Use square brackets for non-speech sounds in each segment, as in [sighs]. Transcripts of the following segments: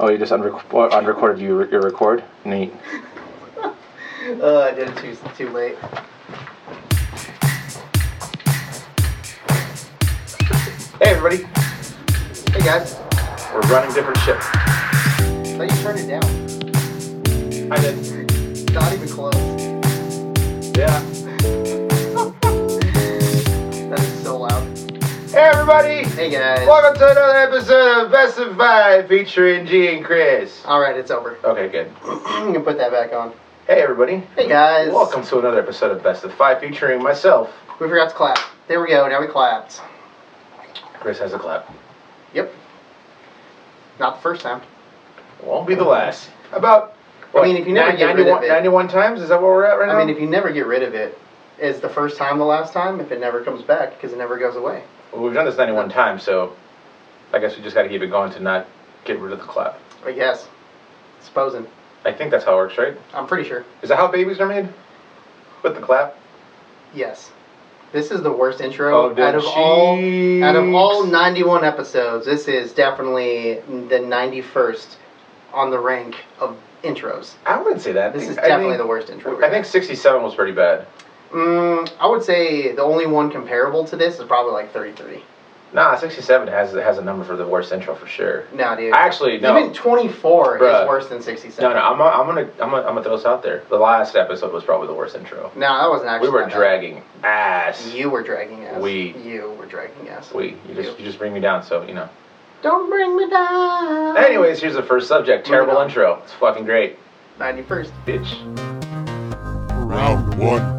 Oh, you just unrec- or unrecorded you, you record? Neat. Oh, I did it too, too late. Hey, everybody. Hey, guys. We're running different ships. How you turn it down? I did. Not even close. Yeah. That is so loud. Hey everybody! Hey, guys. Welcome to another episode of Best of Five featuring G and Chris. All right, it's over. [clears throat] Okay, good. you can put that back on. Hey everybody. Hey, guys. Welcome to another episode of Best of Five featuring myself. We forgot to clap. There we go. Now we clapped. Chris has a clap. Yep. Not the first time. Won't be the last. About what, mean, if you never nine- get rid of 91 it. 91 times? Is that where we're at right now? I mean, if you never get rid of it, is the first time the last time if it never comes back because it never goes away. Well, we've done this 91 times, so I guess we just got to keep it going to not get rid of the clap. I guess. Supposing. I think that's how it works, right? I'm pretty sure. Is that how babies are made? With the clap? Yes. This is the worst intro Oh, the out of all out of all cheeks. 91 episodes. This is definitely the 91st on the rank of intros. I wouldn't say that. This is I think- definitely the worst intro. we've I think 67 was pretty bad. had. Mm, I would say the only one comparable to this is probably like 33. Nah, 67 has has a number for the worst intro for sure. No, dude. Actually, no. Even 24 Bruh. is worse than 67. no, no, I'm, I'm gonna I'm gonna I'm gonna throw this out there. The last episode was probably the worst intro. No, that wasn't actually. We were that bad. dragging ass. You were dragging ass. We. You were dragging ass. we you just you just bring me down, so you know. Don't bring me down. Anyways, here's the first subject. Um, Moving Terrible on. intro. It's fucking great, 91st. bitch. Round one.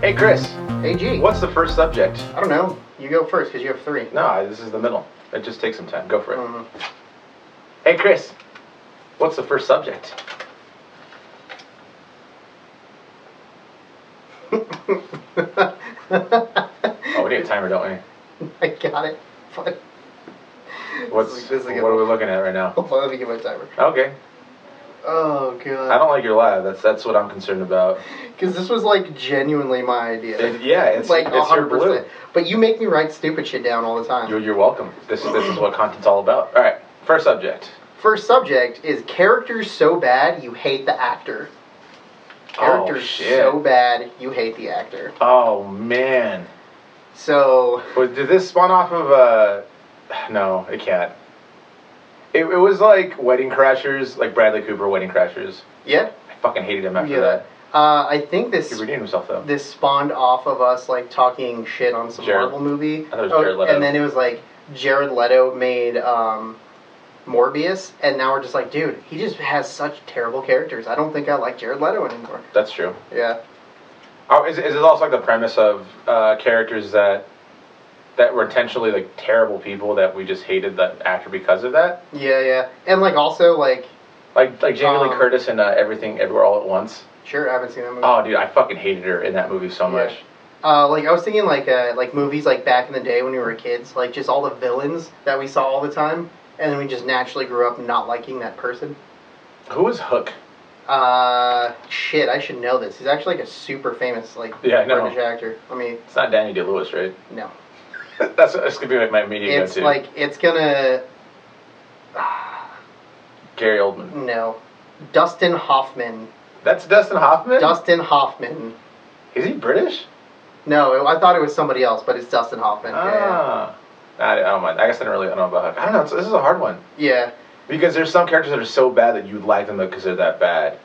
Hey Chris, AG. what's the first subject? I don't know. You go first because you have three. No, this is the middle. It just takes some time. Go for it. [laughs] Mm. Hey Chris, what's the first subject? Oh, we need a timer, don't I got it. Fuck. we? What's [laughs] This is a good what are we one. looking at right [laughs] now? Hold on, let me get my timer. Okay, Oh god. I don't like your laugh. That's that's what I'm concerned about. Because this was like genuinely my idea. It- yeah, it's like it's your blue. But you make me write stupid shit down all the time. You're, you're welcome. This this is what content's all about. All right, first subject. First subject is characters so bad you hate the actor. Characters oh shit. so bad you hate the actor. oh man. So Was, did this spawn off of Uh, [sighs] no, it can't. It, it was like Wedding Crashers, like Bradley Cooper Wedding Crashers. yeah, I fucking hated him after Yeah. that. uh, I think He this redeemed himself though. this spawned off of us like talking shit on some Jared- Marvel movie. Oh, thought it was Jared Leto. And then it was like Jared Leto made um, Morbius, and now we're just like, dude, he just has such terrible characters. I don't think I like Jared Leto anymore. That's true. Yeah, Oh, is, is it also like the premise of uh, characters that that were intentionally like terrible people that we just hated that actor because of that? yeah, yeah. And like also like, Like like Jamie Lee Um, Curtis in uh, Everything Everywhere All at Once. sure, I haven't seen that movie. Oh, dude, I fucking hated her in that movie so Yeah. much. Uh, like I was thinking like uh, like movies like back in the day when we were kids, like just all the villains that we saw all the time, and then we just naturally grew up not liking that person. Who was Hook? Uh, shit, I should know this. He's actually like a super famous like Yeah, I know. British actor. I mean, It's not Danny Day Lewis, right? no, [laughs] that's that's gonna be like my immediate it's go-to. like it's gonna Gary Oldman. no, Dustin Hoffman. [laughs] That's Dustin Hoffman. Dustin Hoffman. Is he British? No, it- I thought it was somebody else, but it's Dustin Hoffman. Yeah, Ah. I I don't mind. I guess I don't really I don't know about Hook. I don't know. It's, this is a hard one yeah. because there's some characters that are so bad that you like them because they're that bad.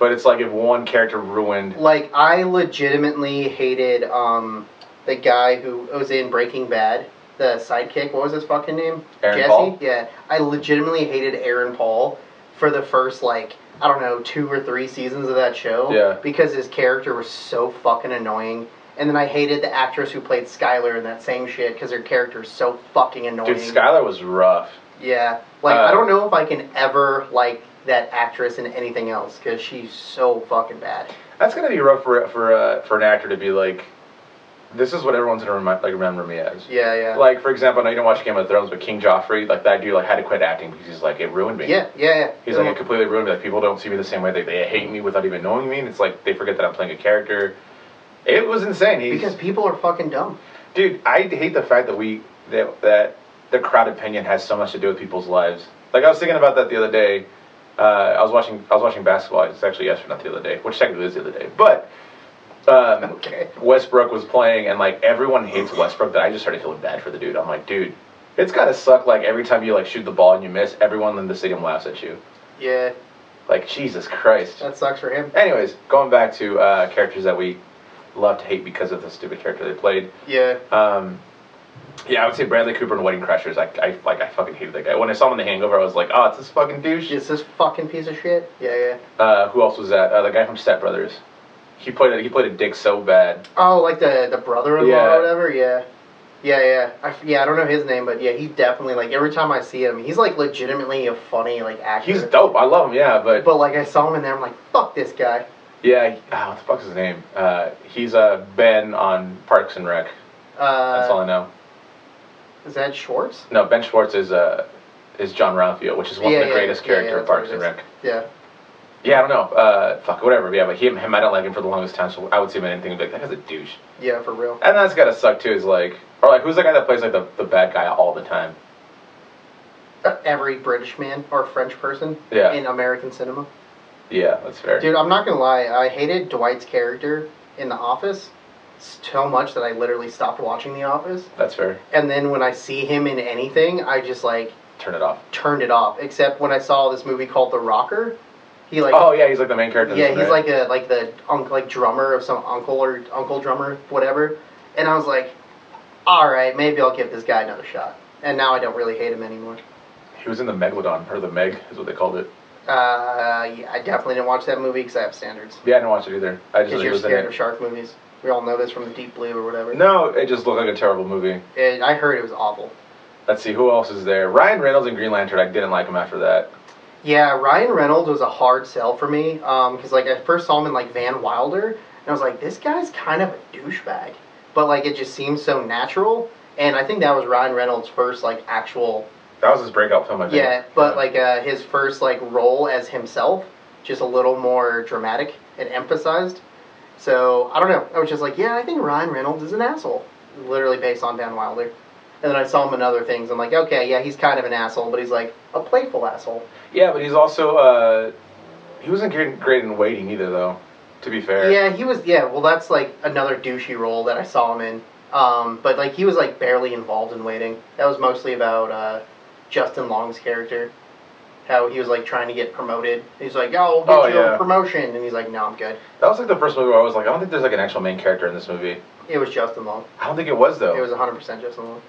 But it's like if one character ruined. Like I legitimately hated um the guy who was in Breaking Bad, the sidekick. What was his fucking name? Aaron Paul? Yeah, I legitimately hated Aaron Paul for the first like I don't know two or three seasons of that show. Yeah. Because his character was so fucking annoying. And then I hated the actress who played Skylar in that same shit because her character is so fucking annoying. Dude, Skylar was rough. Yeah, like Uh, I don't know if I can ever like that actress in anything else because she's so fucking bad. That's gonna be rough for for uh, for an actor to be like, this is what everyone's gonna remi- like remember me as. Yeah, yeah, Like for example, I know you don't watch Game of Thrones, but King Joffrey, like that dude, like had to quit acting because he's like it ruined me. yeah, yeah, yeah. He's like it completely ruined me. Like people don't see me the same way. They, they hate me without even knowing me, and it's like they forget that I'm playing a character. It was insane. He's, [laughs] because people are fucking dumb. dude, I hate the fact that we that that the crowd opinion has so much to do with people's lives. Like I was thinking about that the other day. Uh, I was watching I was watching basketball. It's actually yesterday, not the other day, which technically is the other day. But um, Okay. Westbrook was playing, and like everyone hates Westbrook. That I just started feeling bad for the dude. I'm like, dude, it's gotta suck. Like every time you like shoot the ball and you miss, everyone in the stadium laughs at you. Yeah, Like Jesus Christ. that sucks for him. Anyways, going back to uh, characters that we love to hate because of the stupid character they played. Yeah, Um, yeah, I would say Bradley Cooper and Wedding Crashers. I, I like I fucking hated that guy. When I saw him in The Hangover, I was like, oh, it's this fucking douche. just this fucking piece of shit. Yeah, yeah. Uh, who else was that? Uh, the guy from Step Brothers. He played a, he played a dick so bad. Oh, like the the brother-in-law Yeah. or whatever. Yeah, yeah, yeah. I, f- yeah, I don't know his name, but yeah, he's definitely like every time I see him, he's like legitimately a funny like actor. He's dope. I love him. Yeah, but But like I saw him in there, I'm like, fuck this guy. yeah, he- ah, what the fuck's his name? Uh, he's uh, Ben on Parks and Rec. That's all Uh, I know. is that Schwartz? No, Ben Schwartz is uh, is John Ralphio, which is one Yeah, of the yeah, greatest yeah, character yeah, in that's what Parks it and is. Rec. Yeah, Yeah, I don't know. Uh, fuck, whatever. Yeah, but him, him, I don't like him for the longest time. So I would see him in anything and be like, that guy's a douche. yeah, for real. And that's gotta suck too. Is like, or like, who's the guy that plays like the, the bad guy all the time? Uh, Every British man or French person Yeah. in American cinema. Yeah, that's fair. Dude, I'm not gonna lie. I hated Dwight's character in The Office so much that I literally stopped watching The Office. That's fair. And then when I see him in anything, I just like Turn it off. turned it off. Except when I saw this movie called The Rocker, he like Oh yeah, he's like the main character. in yeah this he's one, right? like a like the uncle like drummer of some uncle or uncle drummer whatever. And I was like, all right, maybe I'll give this guy another shot. And now I don't really hate him anymore. He was in the Megalodon or the Meg is what they called it. Uh, yeah, I definitely didn't watch that movie because I have standards. Yeah, I didn't watch it either. I just Because knew he you're was in scared of it. shark movies. We all know this from the Deep Blue or whatever. No, it just looked like a terrible movie. And I heard it was awful. Let's see who else is there. Ryan Reynolds in Green Lantern. I didn't like him after that. Yeah, Ryan Reynolds was a hard sell for me. Because, like, I first saw him in, like, Van Wilder. And I was like, this guy's kind of a douchebag. But, like, it just seems so natural. And I think that was Ryan Reynolds' first, like, actual. That was his breakout film. I think. Yeah, but, like, uh, his first, like, role as himself. Just a little more dramatic and emphasized. So, I don't know. I was just like, yeah, I think Ryan Reynolds is an asshole. Literally based on Van Wilder. And then I saw him in other things. I'm like, okay, yeah, he's kind of an asshole, but he's, like, a playful asshole. yeah, but he's also uh, he wasn't great, great in Waiting either though. To be fair. Yeah, he was. Yeah, well, that's like another douchey role that I saw him in. Um, but like he was like barely involved in waiting. That was mostly about uh, Justin Long's character, how he was like trying to get promoted. He's like, "Oh, I'll get Oh, you yeah. a promotion," and he's like, "No, I'm good." That was like the first movie where I was like, I don't think there's like an actual main character in this movie. It was Justin Long. I don't think it was though. It was 100 percent Justin Long.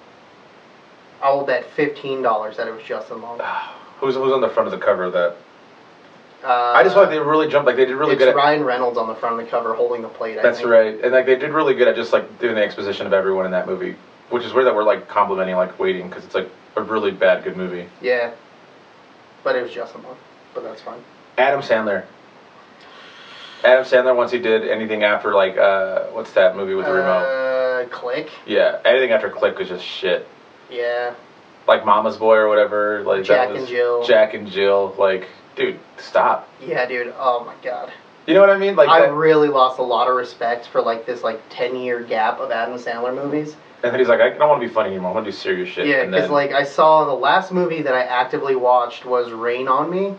I will bet fifteen dollars that it was Justin Long. Ah. Uh, Who's who's on the front of the cover of that? I just feel like they really jumped. Like they did really Uh, it's good. At, Ryan Reynolds on the front of the cover holding the plate. I That's think. right. And like they did really good at just like doing the exposition of everyone in that movie, which is weird that we're like complimenting like waiting because it's like a really bad good movie. Yeah, but it was Justin Long. But that's fine. Adam Sandler. Adam Sandler once he did anything after like uh what's that movie with the remote? Uh, click. Yeah, anything after Click was just shit. Yeah. Like Mama's Boy or whatever. Like Jack that was and Jill. Jack and Jill. Like, dude, stop. Yeah, dude. Oh my god. You know what I mean? Like I that- really lost a lot of respect for like this like ten year gap of Adam Sandler movies. And then he's like, I don't want to be funny anymore. I want to do serious shit. Yeah, and because then, like I saw the last movie that I actively watched was Rain on Me,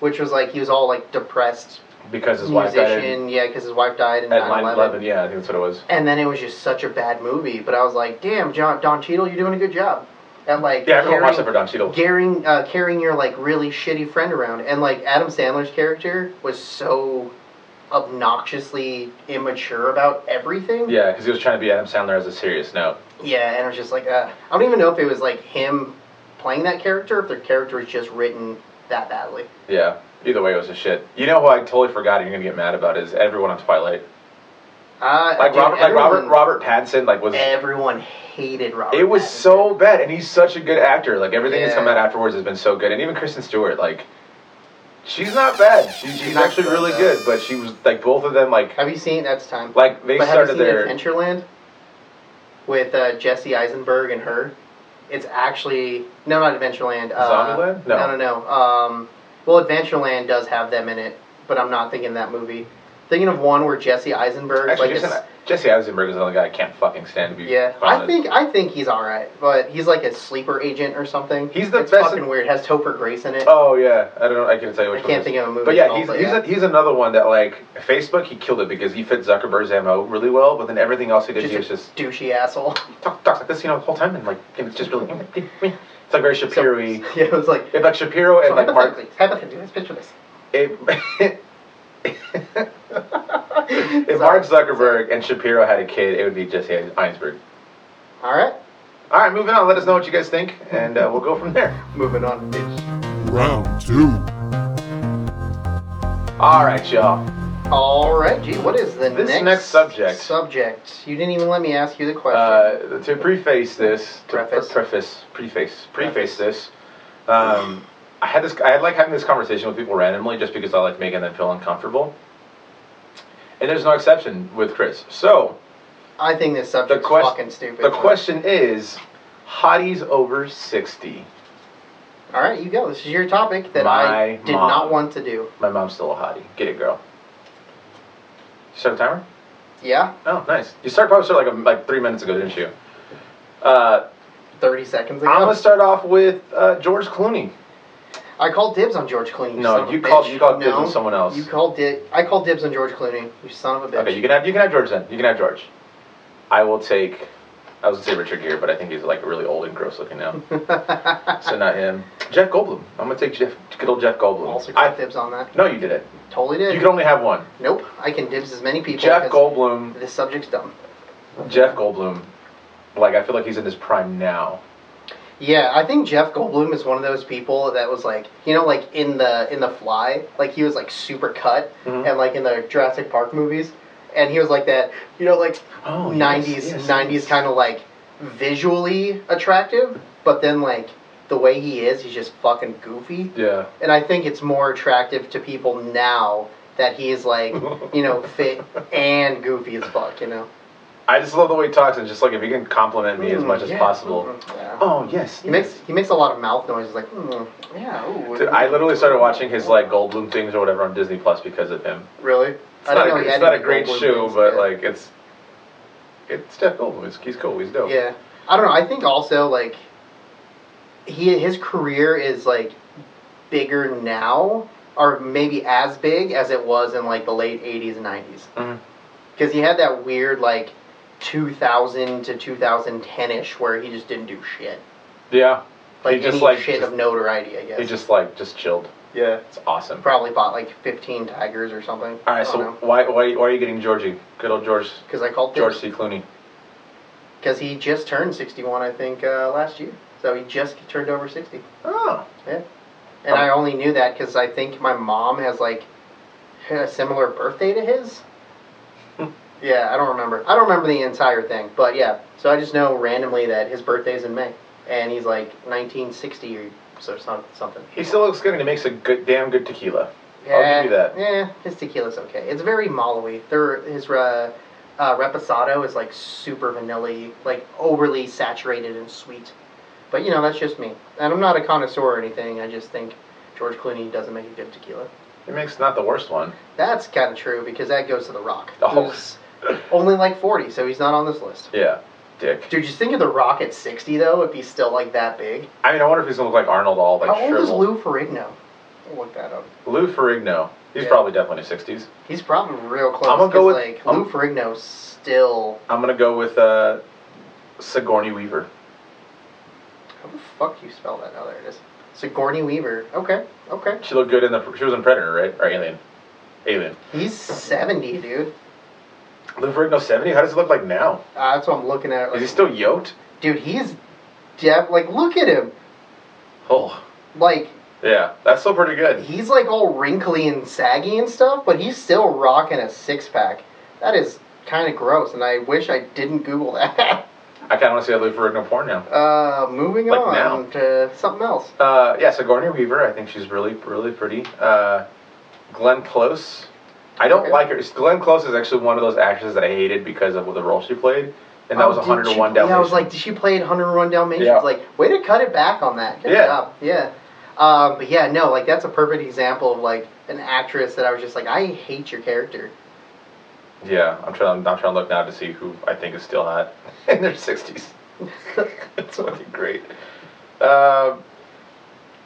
which was like he was all like depressed because his wife died in, musician. Yeah, because his wife died in at 9 9/11. 11. Yeah, I think that's what it was. And then it was just such a bad movie. But I was like, damn, John Don Cheadle, you're doing a good job. And like Yeah, everyone watched it carrying- for Don Cheadle. carrying uh, carrying your like really shitty friend around and like adam sandler's character was so obnoxiously immature about everything Yeah, because he was trying to be Adam Sandler as a serious note. yeah and it was just like uh, i don't even know if it was like him playing that character if their character was just written that badly Yeah. Either way, it was a shit. You know who I totally forgot and you're gonna get mad about is everyone on Twilight. uh, Like dude, Robert, like everyone- Robert, Robert Pattinson, like was everyone hated robert it was Pattinson. so bad, and he's such a good actor. Like everything that's come Yeah. out afterwards has been so good, and even Kristen Stewart, like she's not bad. She, she's, She's not actually bad, really though. good, but she was like both of them, like have you seen that's time like they but have you started seen their adventureland with uh, jesse eisenberg and her it's actually no not adventureland uh, Zombieland? No. no no no um, well adventureland does have them in it but i'm not thinking that movie thinking of one where jesse eisenberg Actually, like a isn't s- it- Jesse Eisenberg is another guy I can't fucking stand to be. Yeah, I honest. think I think he's all right, but he's like a sleeper agent or something. He's the it's best Fucking in- weird. Has Topher Grace in it. Oh yeah, I don't. know. I can't tell you which I one can't it is. think of a movie But yeah, at all, he's but he's, yeah. A, he's another one that like Facebook he killed it because he fit Zuckerberg's MO really well, but then everything else he did he was just a just douchey asshole. [laughs] talk, talks like this you know the whole time and like it's just really it's like very So- Shapiro. y [laughs] yeah, it was like. If like Shapiro So and like Mark, hypothetically, hypothetically, let's picture this. if, [laughs] if Mark [laughs] Zuckerberg and Shapiro had a kid, it would be Jesse Eisenberg. All right, All right, moving on. Let us know what you guys think, and uh, we'll go from there. moving on. round two, All right, y'all. All right, gee, what is the This next, next subject. Subject. You didn't even let me ask you the question. Uh, to preface this, to pre- Preface. preface, preface, preface Preface. this. Um, I had this. I had like having this conversation with people randomly, just because I like making them feel uncomfortable. And there's no exception with Chris. So I think this subject's the quest- fucking stupid. the question is, hotties over sixty. All right, you go. This is your topic that I My did mom. not want to do. My mom's still a hottie. Get it, girl. You set a timer? Yeah, Oh, nice. You started probably started like a, like three minutes ago, didn't you? Uh, thirty seconds ago. I'm gonna start off with uh, George Clooney. I called dibs on George Clooney. No, son of a you called- bitch. you called dibs No, on someone else. You called dib. I called dibs on George Clooney. You son of a bitch. Okay, you can have you can have George then. You can have George. I will take. I was gonna say Richard Gere, but I think he's like really old and gross looking now, [laughs] so not him. Jeff Goldblum. I'm gonna take Jeff. Good old Jeff Goldblum. also called I, dibs on that. no, you did it. Totally did. You can only have one. nope. I can dibs as many people. Jeff 'cause Goldblum. This subject's dumb. Jeff Goldblum. Like I feel like he's in his prime now. Yeah, I think Jeff Goldblum is one of those people that was like, you know, like in the in the Fly, like he was like super cut, Mhm. and like in the Jurassic Park movies, and he was like that, you know, like Oh, yes, nineties yes, nineties yes. kind of like visually attractive, but then like the way he is, he's just fucking goofy. Yeah. And I think it's more attractive to people now that he [laughs] is like, you know, fit and goofy as fuck, you know. I just love the way he talks and just like if he can compliment me as Mm, much as yeah, possible. mm, yeah. Oh yes. He makes he makes a lot of mouth noises, like mm, yeah. Ooh, Dude, I literally started watching his like Goldblum things or whatever on Disney Plus because of him. Really? It's not, a, he it's had not a any great Goldblum show, things, but yeah. like it's it's Jeff Goldblum. He's, he's cool. He's dope. yeah, I don't know. I think also like he his career is like bigger now, or maybe as big as it was in like the late '80s and '90s, Mhm. because he had that weird like 2000 to 2010ish where he just didn't do shit, yeah. like he just any like shit just, of notoriety, I guess. he just like just chilled. yeah, It's awesome. probably bought like 15 tigers or something. All right, so why, why why are you getting Georgie? Good old George because I called George C. Clooney. Because he just turned 61, I think, uh, last year. So he just turned over 60. Oh, And I only knew that because I think my mom has, like, a similar birthday to [laughs] his. yeah, I don't remember. I don't remember the entire thing. But yeah, so I just know randomly that his birthday's in May. And he's, like, 1960 or so, some- something. he still looks good and he makes a good damn good tequila. Yeah, give you that. Yeah, his tequila's okay. It's very Malawi. Their his uh, uh, reposado is like super vanilla, like overly saturated and sweet. But you know that's just me, and I'm not a connoisseur or anything. I just think George Clooney doesn't make a good tequila. He makes not the worst one. That's kind of true because that goes to The Rock, Oh. who's only like 40, so he's not on this list. Yeah, dick. Dude, just think of The Rock at 60 though, if he's still like that big. I mean, I wonder if he's gonna look like Arnold all like How old is shriveled. Lou Ferrigno? I'll look that up. Lou Ferrigno. He's Yeah. probably definitely in his sixties. He's probably real close. I'm gonna go 'cause, with- like I'm- Lou Ferrigno's still I'm gonna go with uh, Sigourney Weaver. How the fuck do you spell that? Oh, there it is. Sigourney Weaver. Okay, okay. She looked good in the. She was in Predator, right? Or Alien. Alien. He's 70, dude. Lou Ferrigno seventy. How does it look like now? Uh, that's what I'm looking at. Is he Like, still yoked? dude, he's deaf. Like, look at him. Oh, Like, yeah, that's still pretty good. he's like all wrinkly and saggy and stuff, but he's still rocking a six pack. That is kind of gross, and I wish I didn't Google that. [laughs] I kind of want to see that Lou Ferrigno porn now. uh, moving Like on now. to something else. Uh, yeah, Sigourney Weaver. I think she's really, really pretty. Uh, Glenn Close. I don't Okay. like her. Glenn Close is actually one of those actresses that I hated because of the role she played, and that Oh, was dude, 101 she- Dalmatians. Yeah, I was like, did she play in 101 Dalmatians? Yeah. Like, way to cut it back on that. Good Yeah. job. Yeah. Um, but yeah, no, like that's a perfect example of like an actress that I was just like, I hate your character. Yeah, I'm trying. I'm trying to look now to see who I think is still hot [laughs] in their [laughs] 60s. it's fucking great. Uh,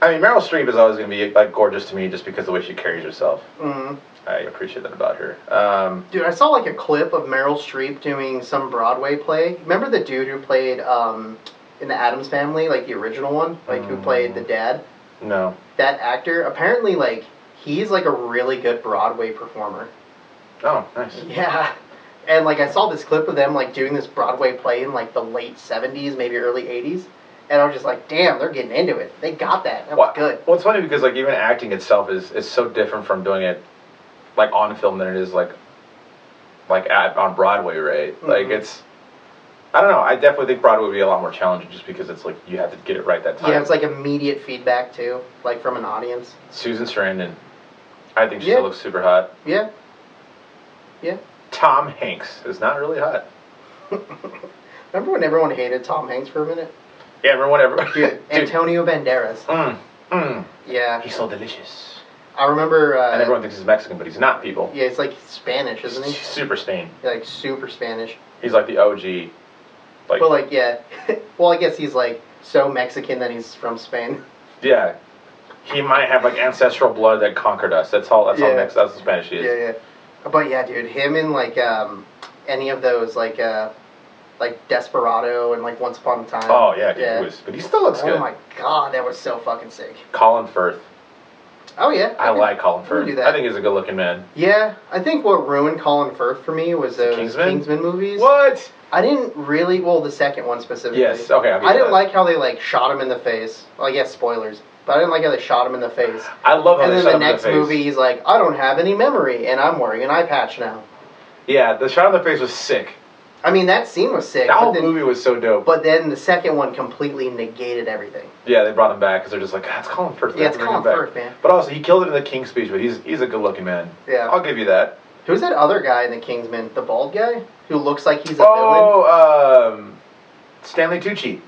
I mean, Meryl Streep is always gonna be like gorgeous to me just because of the way she carries herself. Mm. I appreciate that about her. Um, Dude, I saw like a clip of Meryl Streep doing some Broadway play. Remember the dude who played um, in the Adams Family, like the original one, like who played the dad? no, That actor apparently like he's like a really good Broadway performer. oh, nice. Yeah. And like I saw this clip of them like doing this Broadway play in like the late 70s, maybe early 80s, and I was just like, "Damn, they're getting into it. They got that. That was Well, good." Well, it's funny because like even acting itself is is so different from doing it like on film than it is like like at, on Broadway, right? Like Mhm. it's. I don't know. I definitely think Broadway would be a lot more challenging just because it's like you have to get it right that time. Yeah, it's like immediate feedback too, like from an audience. Susan Sarandon. I think she Yeah. still looks super hot. Yeah. Tom Hanks is not really hot. Remember when everyone hated Tom Hanks for [laughs] a minute? Yeah, everyone, everyone. [laughs] Dude, Antonio Banderas. mm, mm. Yeah, He's so delicious. I remember. Uh, And everyone thinks he's Mexican, but he's not, people. yeah, it's like Spanish, isn't He's [laughs] he? super Spain. Like super Spanish. He's like the OG. Like, But like, yeah. [laughs] well, I guess he's like so Mexican that he's from Spain. yeah. He might have like ancestral blood that conquered us. That's all. That's all. Yeah. Mex- that's the Spanish he is. Yeah, yeah. But yeah, dude, him and like um, any of those like uh, like Desperado and like Once Upon a Time. Oh yeah, dude, He was, but he still looks Oh good. my god, that was so fucking sick. Colin Firth. Oh yeah. I okay. like Colin Firth. do that. I think he's a good-looking man. Yeah, I think what ruined Colin Firth for me was those Kingsman? Kingsman movies. What? I didn't really well the second one specifically. Yes. Okay. uh, I'll give I you didn't that. like how they like shot him in the face. Well, I guess spoilers, but I didn't like how they shot him in the face. I [sighs] love how and they then shot the him in next face. movie, he's like, I don't have any memory, and I'm wearing an eye patch now. Yeah, the shot in the face was sick. I mean, that scene was sick. That but whole then, movie was so dope. But then the second one completely negated everything. yeah, they brought him back because they're just like, God, it's Colin Firth. They Yeah, have it's to bring him Colin back." Firth, man. But also, he killed it in the King's Speech. But he's he's a good looking man. Yeah. I'll give you that. Who's that other guy in the Kingsman? The bald guy who looks like he's a villain? Oh, um, Stanley Tucci.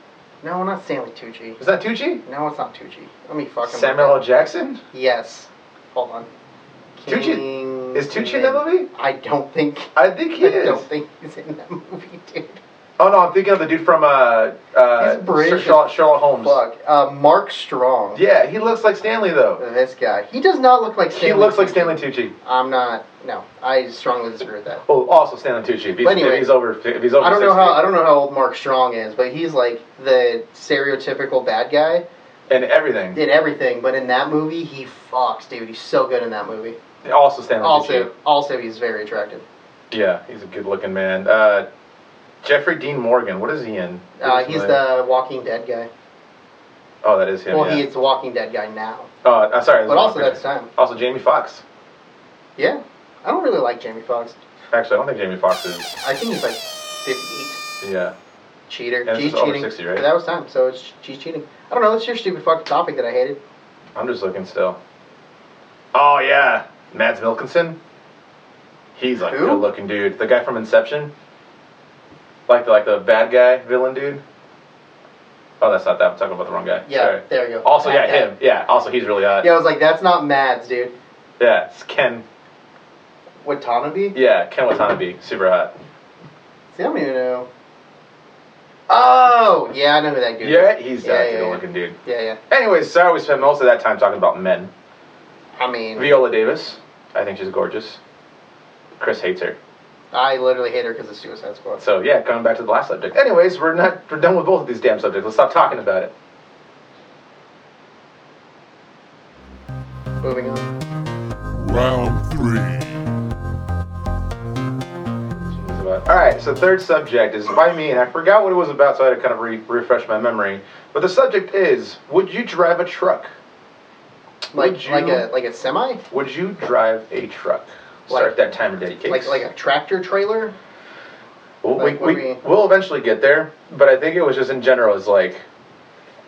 No, not Stanley Tucci. Is that Tucci? No, it's not Tucci. Let me fucking. look Samuel up. L. Jackson. Yes. Hold on. Tucci- King- Is Tucci in that movie? I don't think. I think he [laughs] I is. don't think he's in that movie, dude. [laughs] Oh no, I'm thinking of the dude from uh, uh He's British Sir as Sherlock, Sherlock Holmes. Fuck. Uh, Mark Strong. Yeah, he looks like Stanley though. This guy. He does not look like Uh, Stanley. he looks like Tucci. Stanley Tucci. I'm not. No, I strongly disagree with that. Well, also Stanley Tucci. If he's, But anyway, if he's over, if he's over, I don't know 60. how I don't know how old Mark Strong is, but he's like the stereotypical bad guy. And everything. Did everything, but in that movie he fucks, dude. He's so good in that movie. Also Stanley Tucci. Also, also he's very attractive. Yeah, he's a good looking man. Uh, Jeffrey Dean Morgan, what is he in? Uh, What is he's my- the Walking Dead guy. Oh, that is him. Well, yeah. he is the Walking Dead guy now, Oh, uh, sorry. but also that's time. Also, Jamie Foxx. Yeah, I don't really like Jamie Foxx. Actually, I don't think Jamie Foxx is. I think he's like 58. Yeah. Cheater. And it's She's just over cheating. 60, right? But that was time, so it's she's cheating. I don't know. That's your stupid fucking topic that I hated. I'm just looking still. Oh, yeah. Mads Milkinson. He's like a Who? good looking dude. The guy from Inception. Like the, like the bad guy, villain dude. Oh, that's not that. I'm talking about the wrong guy. Yeah, Sorry. there you go. Also, yeah, Bad guy. him. Yeah, also, he's really hot. Yeah, I was like, that's not Mads, dude. Yeah, it's Ken. Watanabe? Yeah, Ken Watanabe. Super hot. See, I don't even know. Oh, yeah, I know who that dude Yeah, is. he's uh, yeah, a yeah, good yeah. looking dude. Yeah, yeah. Anyways, sorry we spent most of that time talking about men. I mean, Viola Davis, I think she's gorgeous. Chris hates her. I literally hate her because of Suicide Squad. So yeah, going back to the last subject. Anyways, we're not we're done with both of these damn subjects. Let's stop talking about it. Moving on. Round three. All right, so third subject is by me, and I forgot what it was about, so I had to kind of re- refresh my memory. But the subject is: Would you drive a truck? Like Would you- like a like a semi, Would you drive a truck? Like- Start that time of day, case. like like a tractor trailer. Well, we, Like, we, what we- we'll eventually get there, but I think it was just in general. It's like,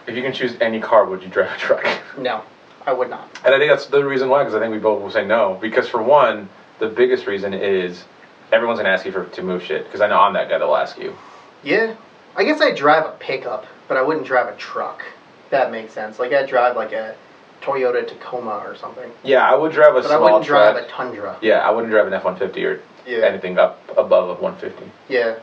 if you can choose any car, would you drive a truck? [laughs] No, I would not. And I think that's the reason why, because I think we both will say no. Because for one, the biggest reason is everyone's gonna ask you for to move shit. Because I know I'm that guy that'll ask you. Yeah, I guess I drive a pickup, but I wouldn't drive a truck. That makes sense. Like I drive like a Toyota Tacoma or something. Yeah, I would drive a But I small wouldn't truck. drive a Tundra. yeah, I wouldn't drive an F one fifty or Yeah. anything up above a one fifty. Yeah,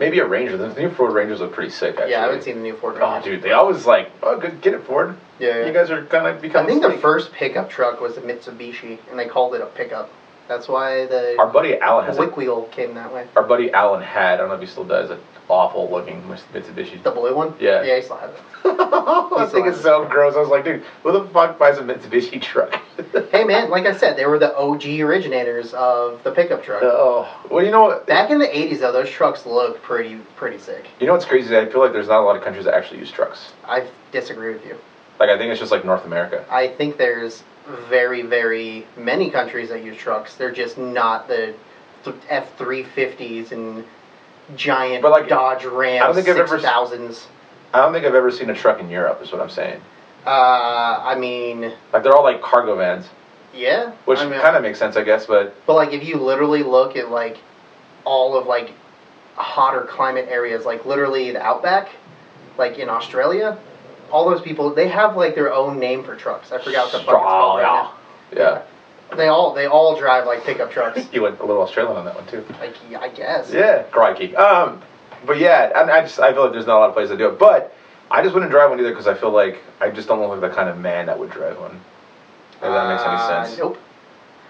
Maybe a Ranger. The new Ford Rangers look pretty sick. Actually. yeah, I haven't seen the new Ford. Oh, dude, they always like, oh, good, get it Ford. Yeah, You yeah. guys are kind of I becoming. think the sleek. first pickup truck was a Mitsubishi, and they called it a pickup. That's why Our the buddy Alan has. A, quick wheel came that way. our buddy Alan had. I don't know if he still does. An awful looking Mitsubishi. The blue one. Yeah. Yeah, I still have it. [laughs] I think it's so gross. I was like, dude, who the fuck buys a Mitsubishi truck? [laughs] Hey man, like I said, they were the OG originators of the pickup truck. oh, well, you know what? Back in the '80s, though, those trucks looked pretty pretty sick. You know what's crazy? I feel like there's not a lot of countries that actually use trucks. I disagree with you. Like, I think it's just like North America. I think there's very, very many countries that use trucks. They're just not the F three fifties and giant But, like, Dodge Ram I don't think I've ever six s- thousands. I don't think I've ever seen a truck in Europe. Is what I'm saying. Uh, I mean, Like, they're all like cargo vans, yeah, which I mean, kind of makes sense, I guess. But But like, if you literally look at like all of like hotter climate areas, like literally the outback, like in Australia, all those people they have like their own name for trucks. I forgot what the fuck it's called. Right now. yeah, They all they all drive like pickup trucks. you went a little Australian on that one too. like yeah, I guess. Yeah, crikey. Um, but yeah, I, I just I feel like there's not a lot of places that do it. But I just wouldn't drive one either because I feel like I just don't look like the kind of man that would drive one. If that makes Uh, any sense. Nope.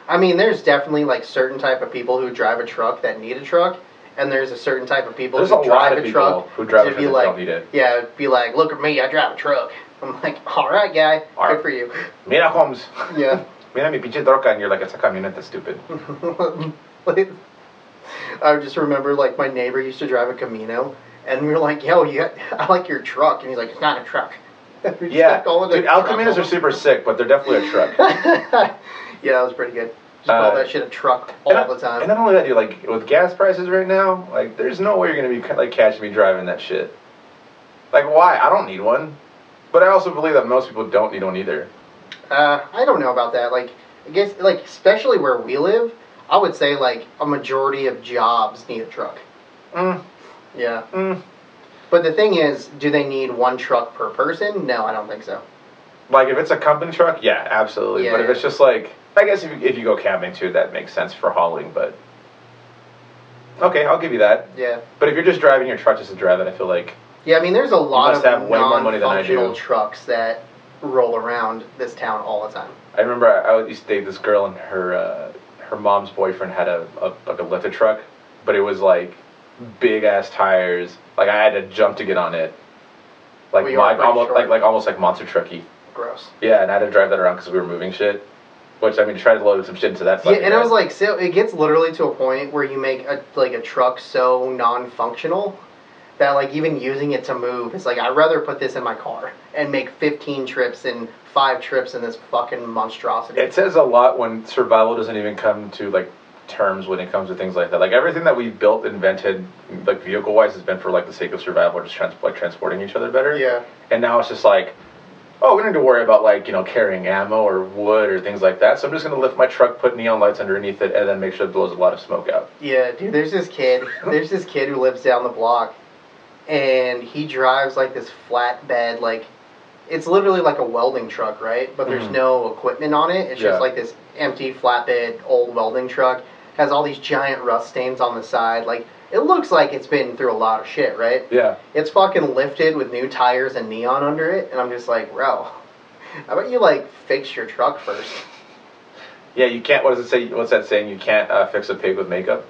I mean, there's definitely like certain type of people who drive a truck that need a truck, and there's a certain type of people There's who a lot drive of a people truck who drive a to truck be that like, don't need it. yeah, be like, look at me, I drive a truck. [laughs] I'm like, all right, guy, All right. good for you. [laughs] Mira Holmes. Yeah. [laughs] Mira mi pinche troca, and you're like, it's a camioneta, stupid. Like, I just remember like my neighbor used to drive a Camino, and we were like, yo, you got, I like your truck, and he's like, it's not a truck. [laughs] We just Yeah, kept calling it dude, a truck. Alcaminas are super sick, but they're definitely a truck. [laughs] yeah, that was pretty good. Just call Uh, that shit a truck [laughs] all And I- the time. And not only that, dude, like with gas prices right now, like there's no way you're gonna be ca- like catching me driving that shit. Like why? I don't need one. But I also believe that most people don't need one either. Uh, I don't know about that. Like, I guess, like, especially where we live, I would say, like, a majority of jobs need a truck. Mm, Yeah. mm. But the thing is, do they need one truck per person? No, I don't think so. Like if it's a company truck, yeah, absolutely. Yeah, but if yeah. it's just like, I guess if you, if you go camping too, that makes sense for hauling. But okay, I'll give you that. Yeah. But if you're just driving your truck just to drive it, I feel like Yeah, I mean, there's a lot must of have way more money than I non-functional do. trucks that roll around this town all the time. I remember I, I used to date this girl and her uh, her mom's boyfriend had a, a like a lifted truck, but it was like big ass tires. Like I had to jump to get on it. Like Well, you were my, pretty almost like short. like almost like monster trucky. Gross. Yeah, and I had to drive that around because we were moving shit. Which I mean, try to load some shit into that. Yeah, fucking and I thing. was like, so it gets literally to a point where you make a like a truck so non-functional that like even using it to move, it's like I'd rather put this in my car and make 15 trips and five trips in this fucking monstrosity. It says a lot when survival doesn't even come to like terms when it comes to things like that. Like everything that we've built, invented, like vehicle wise, has been for like the sake of survival, just trans- like transporting each other better. Yeah. And now it's just like, oh, we don't need to worry about like you know carrying ammo or wood or things like that. So I'm just gonna lift my truck, put neon lights underneath it, and then make sure it blows a lot of smoke out. Yeah, dude, there's this kid. There's this kid who lives down the block, and he drives like this flatbed, like it's literally like a welding truck, right? But there's Mhm. no equipment on it. It's Yeah. just like this empty flatbed old welding truck. Has all these giant rust stains on the side. Like it looks like it's been through a lot of shit, right? Yeah. It's fucking lifted with new tires and neon under it, and I'm just like, bro, [laughs] how about you like fix your truck first? Yeah, you can't. What does it say? What's that saying? You can't uh, fix a pig with makeup.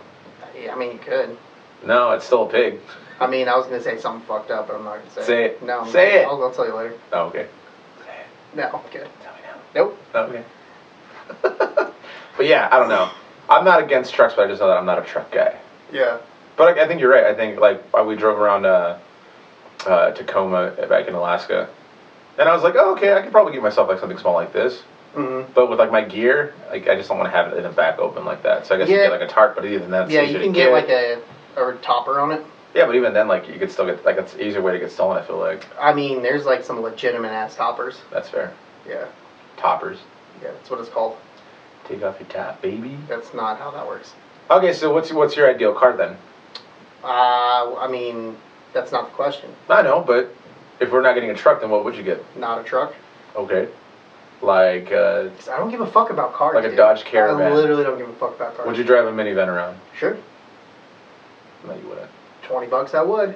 Yeah, I mean, you could. No, it's still a pig. I mean, I was gonna say something fucked up, but I'm not gonna say. Say it. No, I'm Say it. I'll, I'll tell you later. Oh, okay. No, I'm good. Tell me now. Nope. Okay. [laughs] but yeah, I don't know. I'm not against trucks, but I just know that I'm not a truck guy. Yeah. But I, I think you're right. I think like uh, we drove around uh, uh, Tacoma back in Alaska, and I was like, oh, okay, I could probably get myself like something small like this. Mm-hmm. But with like my gear, like I just don't want to have it in the back open like that. So I guess you Yeah. get like a tarp, but even then, it's Yeah, easier you to can get like a a topper on it. yeah, but even then, like you could still get like it's an easier way to get stolen. I feel like I mean, there's like some legitimate ass toppers. that's fair. Yeah. Toppers, Yeah, that's what it's called. take off your top, baby. That's not how that works. Okay, so what's what's your ideal car then? Uh, I mean, that's not the question. I know, but if we're not getting a truck, then what would you get? Not a truck. Okay. Like, uh, 'Cause I don't give a fuck about cars. Like a dude. Dodge Caravan. I literally don't give a fuck about cars. would you drive a minivan around? Sure. No, you wouldn't. Twenty bucks, I would.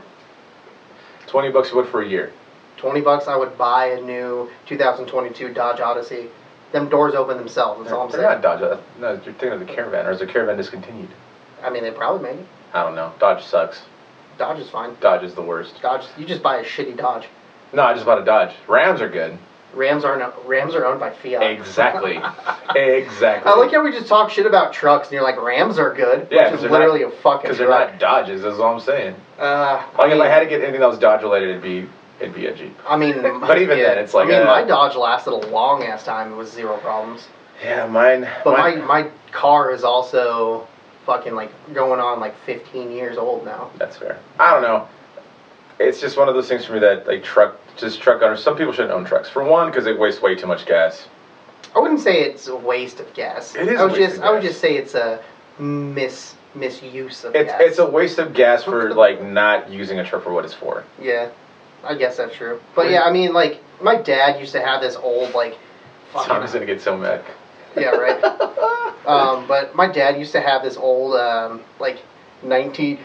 Twenty bucks you would for a year. Twenty bucks, I would buy a new 2022 Dodge Odyssey. Them doors open themselves. That's all I'm They're saying. not Dodge. that- No, you're thinking of the Caravan, or is the Caravan discontinued? I mean, they probably made it. I don't know. Dodge sucks. Dodge is fine. Dodge is the worst. Dodge, you just buy a shitty Dodge. No, I just bought a Dodge. Rams are good. Rams aren't. Rams are owned by Fiat. [laughs] Exactly. exactly. I like [laughs] how we just talk shit about trucks, and you're like, Rams are good, Yeah, 'cause which is they're not- literally a fucking because they're truck. not Dodges. That's all I'm saying. Uh, Like if I had to get anything that was Dodge related, it'd be it'd be a Jeep. I mean, [laughs] But even then, it's like, I mean, uh, my Dodge lasted a long ass time. It was zero problems. Yeah, mine. But my mine- my car is also fucking like going on like 15 years old now. That's fair. I don't know. It's just one of those things for me that like truck, just truck owners. Some people shouldn't own trucks. For one, because they waste way too much gas. I wouldn't say it's a waste of gas. It is I a would waste just of I would gas. just say it's a mis misuse of It's gas. it's a waste of gas [laughs] for like not using a truck for what it's for. yeah. I guess that's true. But yeah, I mean, like my dad used to have this old like. Tom is Fucking, gonna get so mad. [laughs] yeah right. Um, but my dad used to have this old um, like 19,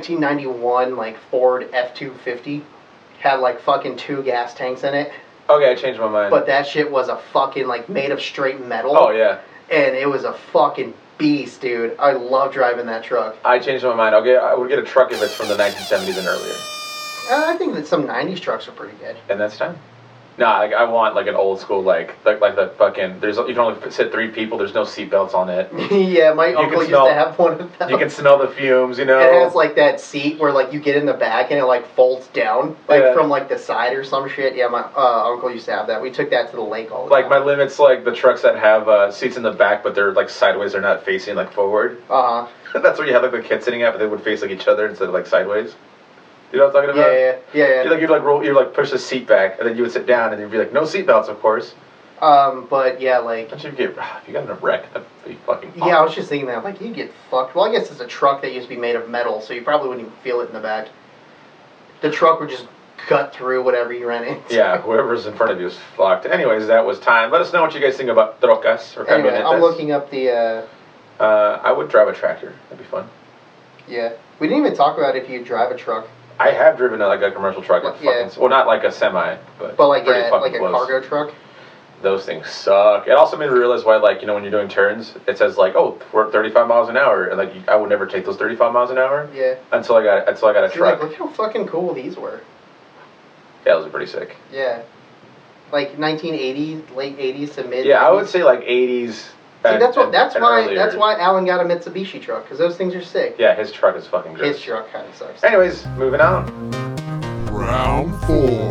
1991 like Ford F two fifty, had like fucking two gas tanks in it, Okay, I changed my mind. but that shit was a fucking like made of straight metal. oh yeah, and it was a fucking beast, dude. I love driving that truck. I changed my mind. Okay, I would get a truck if it's from the 1970s and earlier, Uh, I think that some '90s trucks are pretty good. [laughs] and that's time. Nah, like I want like an old school like like like that fucking. There's you can only sit three people. There's no seatbelts on [laughs] it. yeah, my can uncle used smell- to have one of those. You can smell the fumes. You know. it has like that seat where like you get in the back and it like folds down like Yeah. from like the side or some shit. Yeah, my uh, uncle used to have that. We took that to the lake all the Like my time. limits, like the trucks that have uh, seats in the back, but they're like sideways. They're not facing like forward. [laughs] my uh huh That's where you have like the kids sitting at, but they would face like each other instead of like sideways. You know what I'm talking yeah about? yeah yeah. You yeah. like you'd like roll, you like push the seat back, and then you would sit down, and you'd be like, no seatbelts, of course. Um, but yeah, like Don't you get [sighs] if you got in a wreck? That'd be fucking. yeah, I was just thinking that like you get fucked. Well, I guess it's a truck that used to be made of metal, so you probably wouldn't even feel it in the back. The truck would just cut through whatever you ran into. Yeah, whoever's in front of you is fucked. Anyways, that was time. Let us know what you guys think about trocas or Anyway, camionetas. I'm looking up the. Uh, Uh, I would drive a tractor. That'd be fun. yeah, we didn't even talk about if you drive a truck, I have driven a, like a commercial truck, like Yeah. fucking, well, not like a semi, but but like pretty a, fucking like a close. cargo truck. Those things suck. It also made me realize why, like, you know, when you're doing turns, it says like, oh, we're at 35 miles an hour, and like, you, I would never take those 35 miles an hour Yeah. until I got until I got a You're like, truck. look how fucking cool these were. Yeah, those are pretty sick. Yeah. Like 1980, late 80s to mid. Yeah, I would 90s. say like 80s. See, See, that's what. That's why. That's why Alan got a Mitsubishi truck because those things are sick. Yeah, his truck is fucking good. His truck kind of sucks. Anyways, moving on. Round four.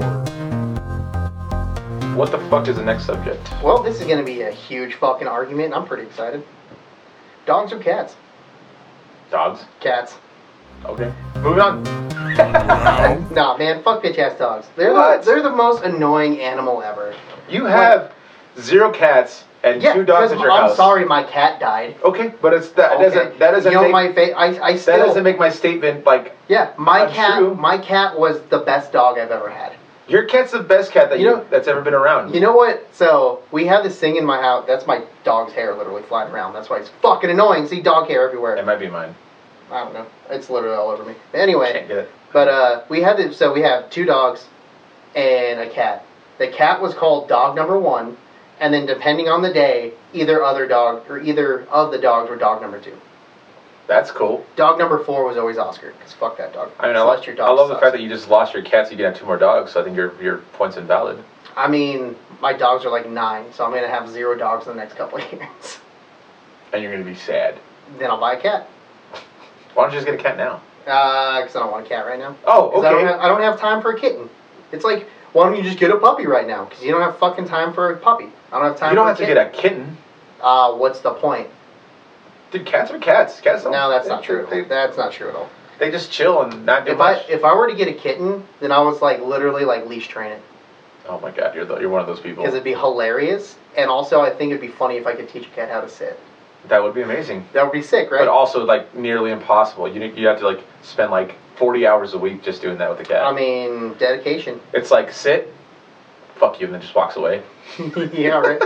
What the fuck is the next subject? Well, this is gonna be a huge fucking argument. and I'm pretty excited. Dogs or cats? Dogs. Cats. Okay. Moving on. Round [laughs] Nah, man. Fuck bitch ass dogs. They're What? the, they're the most annoying animal ever. You have zero cats and Yeah, two dogs 'cause at your I'm house. sorry, my cat died. Okay, but it's that Okay. doesn't that doesn't you know make, my fa- I, I that still doesn't make my statement like yeah my That's cat true. my cat was the best dog I've ever had. your cat's the best cat that you, You know- that's ever been around. You know what? So we have this thing in my house. That's my dog's hair literally flying around. That's why it's fucking annoying. See dog hair everywhere. it might be mine. I don't know. It's literally all over me. But Can't anyway, get it. but uh, we had this. So we have two dogs and a cat. The cat was called dog number one, and then depending on the day, either other dog or either of the dogs were dog number two. That's cool. Dog number four was always Oscar, because fuck that dog. I mean, I, Celeste, love, your I love the sucks. fact that you just lost your cat, so you can have two more dogs. So I think your your point's invalid. I mean, my dogs are like nine, so I'm gonna have zero dogs in the next couple of [laughs] years. And you're gonna be sad. then I'll buy a cat. Why don't you just get a cat now? Uh 'cause I don't want a cat right now. Oh, 'Cause I don't, okay. have, I don't have time for a kitten. It's like, why don't you just get a puppy right now? Because you don't have fucking time for a puppy. I don't have time. You don't for have to get a kitten. a. Uh, what's the point? Dude, cats are cats. Cats. don't- No, that's they- not true. They, That's not true at all. they just chill and not do If I much. if I were to get a kitten, then I was like literally like leash train it oh my god, you're the, you're one of those people. because it'd be hilarious, and also I think it'd be funny if I could teach a cat how to sit. That would be amazing. That would be sick, right? but also like nearly impossible. You you have to like spend Um, like forty hours a week just doing that with the cat. I mean, dedication. [laughs] it's like sit, fuck you, and then just walks away. [laughs] yeah, right.